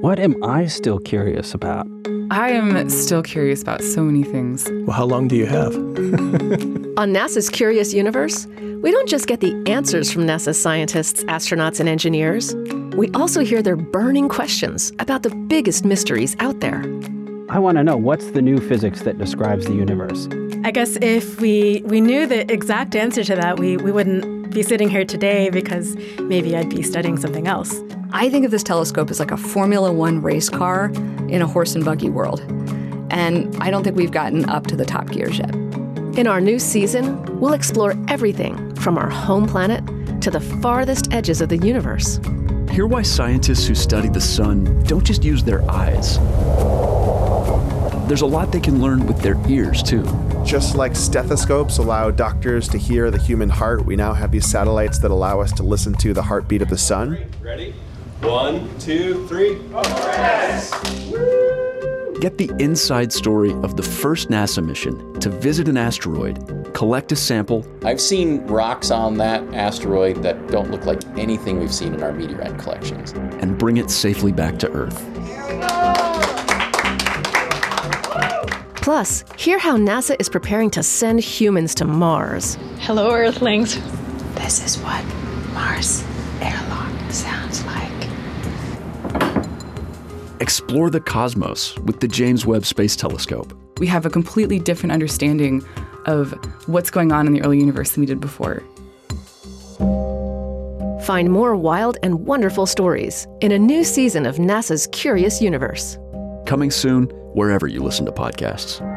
What am I still curious about? I am still curious about so many things. Well, how long do you have? On NASA's Curious Universe, we don't just get the answers from NASA scientists, astronauts, and engineers. We also hear their burning questions about the biggest mysteries out there. I want to know what's the new physics that describes the universe? I guess if we, we knew the exact answer to that, we, we wouldn't be sitting here today because maybe I'd be studying something else. I think of this telescope as like a Formula One race car in a horse and buggy world. And I don't think we've gotten up to the top gears yet. In our new season, we'll explore everything from our home planet to the farthest edges of the universe. Hear why scientists who study the sun don't just use their eyes. There's a lot they can learn with their ears, too. Just like stethoscopes allow doctors to hear the human heart, we now have these satellites that allow us to listen to the heartbeat of the sun. Ready? One, two, three. Get the inside story of the first NASA mission to visit an asteroid, collect a sample, I've seen rocks on that asteroid that don't look like anything we've seen in our meteorite collections. and bring it safely back to Earth. Plus, hear how NASA is preparing to send humans to Mars. Hello, Earthlings. This is what Mars airlock sounds like. Explore the cosmos with the James Webb Space Telescope. We have a completely different understanding of what's going on in the early universe than we did before. Find more wild and wonderful stories in a new season of NASA's Curious Universe. Coming soon, wherever you listen to podcasts.